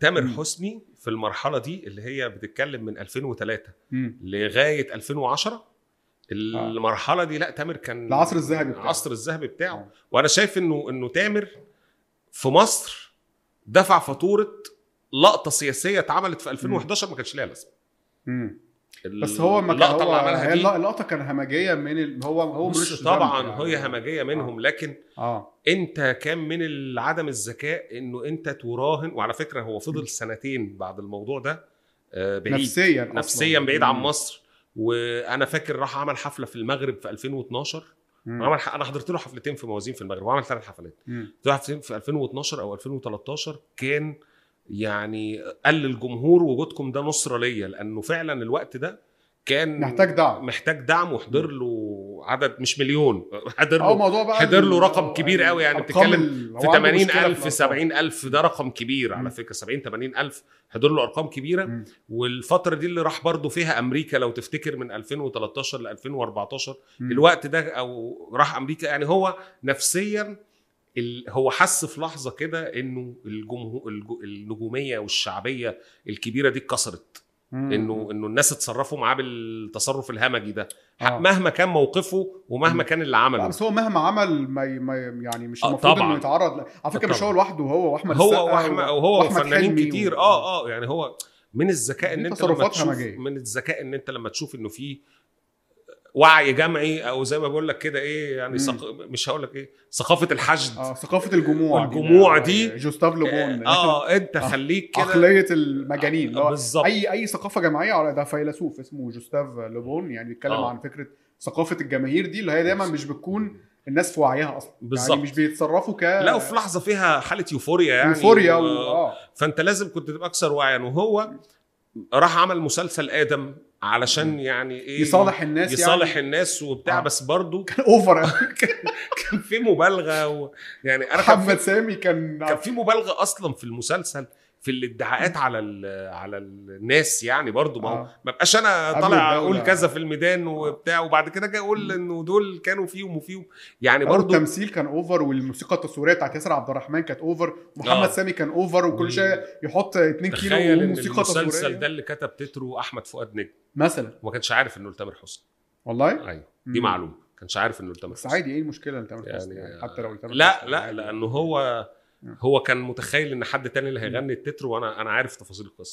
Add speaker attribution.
Speaker 1: تامر
Speaker 2: مم.
Speaker 1: حسني في المرحله دي اللي هي بتتكلم من 2003
Speaker 2: مم.
Speaker 1: لغايه 2010 المرحله دي لا تامر كان
Speaker 2: آه. العصر الذهبي بتاعه.
Speaker 1: العصر الذهبي بتاعه
Speaker 2: آه.
Speaker 1: وانا شايف انه انه تامر في مصر دفع فاتوره لقطه سياسيه اتعملت في 2011 ما كانش ليها لازمه
Speaker 2: مم. بس هو ما كان
Speaker 1: اللقطه
Speaker 2: هو
Speaker 1: اللي عملها
Speaker 2: هي
Speaker 1: دي
Speaker 2: اللقطه كان همجيه من ال... هو هو ملوش
Speaker 1: بص
Speaker 2: ذنب
Speaker 1: طبعا
Speaker 2: يعني.
Speaker 1: هي همجيه منهم لكن
Speaker 2: اه
Speaker 1: انت كان من ال- عدم الذكاء انه انت تراهن وعلى فكره هو فضل سنتين بعد الموضوع ده آه، بعيد
Speaker 2: نفسيا أصلاً.
Speaker 1: نفسيا بعيد عن
Speaker 2: مم.
Speaker 1: مصر وانا فاكر راح عمل حفله في المغرب في 2012
Speaker 2: مم.
Speaker 1: عمل ح- انا حضرت له حفلتين في موازين في المغرب وعمل ثلاث حفلات
Speaker 2: مم.
Speaker 1: ثلاث حفلتين في 2012 او 2013 كان يعني قال للجمهور وجودكم ده نصره ليا لانه فعلا الوقت ده كان
Speaker 2: نحتاج دعم
Speaker 1: محتاج دعم وحضر له عدد مش مليون حضر
Speaker 2: او
Speaker 1: له
Speaker 2: موضوع بقى
Speaker 1: حضر له
Speaker 2: ال-
Speaker 1: رقم كبير قوي يعني
Speaker 2: الأرقام
Speaker 1: بتتكلم
Speaker 2: ال-
Speaker 1: في
Speaker 2: هو عنده
Speaker 1: 80
Speaker 2: مشكلة في
Speaker 1: ألف 70 ألف ده رقم كبير
Speaker 2: مم.
Speaker 1: على فكرة 70 80 ألف حضر له أرقام كبيرة
Speaker 2: مم.
Speaker 1: والفترة دي اللي راح برضه فيها أمريكا لو تفتكر من 2013 ل 2014
Speaker 2: مم.
Speaker 1: الوقت ده أو راح أمريكا يعني هو نفسيا ال- هو حس في لحظة كده إنه الجمهور الج- النجومية والشعبية الكبيرة دي اتكسرت
Speaker 2: مم.
Speaker 1: إنه إنه الناس اتصرفوا معاه بالتصرف الهمجي ده
Speaker 2: آه.
Speaker 1: مهما كان موقفه ومهما
Speaker 2: مم.
Speaker 1: كان اللي
Speaker 2: لا،
Speaker 1: عمله
Speaker 2: بس هو مهما عمل ما ي- ما ي- يعني مش
Speaker 1: آه،
Speaker 2: المفروض
Speaker 1: طبعاً.
Speaker 2: انه يتعرض ل- على فكره مش
Speaker 1: طبعاً.
Speaker 2: هو لوحده هو واحمد
Speaker 1: هو واحمد وهو
Speaker 2: آه، وأحمد
Speaker 1: وفنانين
Speaker 2: حلمي
Speaker 1: كتير
Speaker 2: و-
Speaker 1: اه اه يعني هو من الذكاء ان
Speaker 2: دي
Speaker 1: انت لما
Speaker 2: تصرفات
Speaker 1: تشوف
Speaker 2: همجية.
Speaker 1: من الذكاء ان انت لما تشوف انه في وعي جمعي او زي ما بقول لك كده ايه
Speaker 2: مم.
Speaker 1: يعني ثق... مش هقول لك ايه ثقافه الحشد
Speaker 2: آه ثقافه الجموع يعني،
Speaker 1: الجموع دي.
Speaker 2: جوستاف لوبون
Speaker 1: اه انت
Speaker 2: آه.
Speaker 1: خليك كده آه،
Speaker 2: عقليه المجانين اللي هو يعني
Speaker 1: بالظبط
Speaker 2: اي اي ثقافه جماعيه على ده فيلسوف اسمه جوستاف لوبون يعني بيتكلم
Speaker 1: آه.
Speaker 2: عن فكره ثقافه الجماهير دي اللي هي دايما مش بتكون الناس في وعيها اصلا
Speaker 1: بالظبط
Speaker 2: يعني مش بيتصرفوا ك
Speaker 1: لا وفي لحظه فيها حاله يوفوريا يعني
Speaker 2: يوفوريا و...
Speaker 1: و-
Speaker 2: اه
Speaker 1: فانت لازم كنت تبقى اكثر وعيا وهو راح عمل مسلسل ادم علشان يعني ايه
Speaker 2: يصالح الناس
Speaker 1: يصالح
Speaker 2: يعني
Speaker 1: الناس وبتاع
Speaker 2: آه.
Speaker 1: بس برضه
Speaker 2: اوفر
Speaker 1: كان في مبالغه و... يعني انا كان في
Speaker 2: محمد سامي كان
Speaker 1: كان في مبالغه اصلا في المسلسل في الادعاءات على ال- على الناس يعني برضو ما هو
Speaker 2: آه.
Speaker 1: ما بقاش انا
Speaker 2: قبل آه.
Speaker 1: طالع
Speaker 2: الدولة.
Speaker 1: اقول كذا في الميدان وبتاع وبعد كده جاي اقول انه دول كانوا فيهم وفيهم يعني برضو
Speaker 2: التمثيل كان اوفر والموسيقى التصويريه بتاعت ياسر عبد الرحمن كانت اوفر ومحمد
Speaker 1: آه.
Speaker 2: سامي كان اوفر وكل شويه يحط 2
Speaker 1: تخيل
Speaker 2: كيلو
Speaker 1: ان
Speaker 2: موسيقى
Speaker 1: المسلسل
Speaker 2: تصويريه
Speaker 1: ده اللي كتب تتره احمد فؤاد نجم
Speaker 2: مثلا
Speaker 1: وما كانش عارف انه لتامر حسني
Speaker 2: والله
Speaker 1: ايوه دي
Speaker 2: مم.
Speaker 1: معلومه ما كانش عارف انه لتامر
Speaker 2: بس
Speaker 1: حسني
Speaker 2: عادي ايه المشكله اللي تعمل يعني,
Speaker 1: يعني-
Speaker 2: يعني حتى لو تعمل
Speaker 1: لا
Speaker 2: حسني
Speaker 1: لا
Speaker 2: عادي. آه.
Speaker 1: لانه هو هو كان متخيل ان حد تاني اللي هيغني التتر وانا انا عارف تفاصيل القصه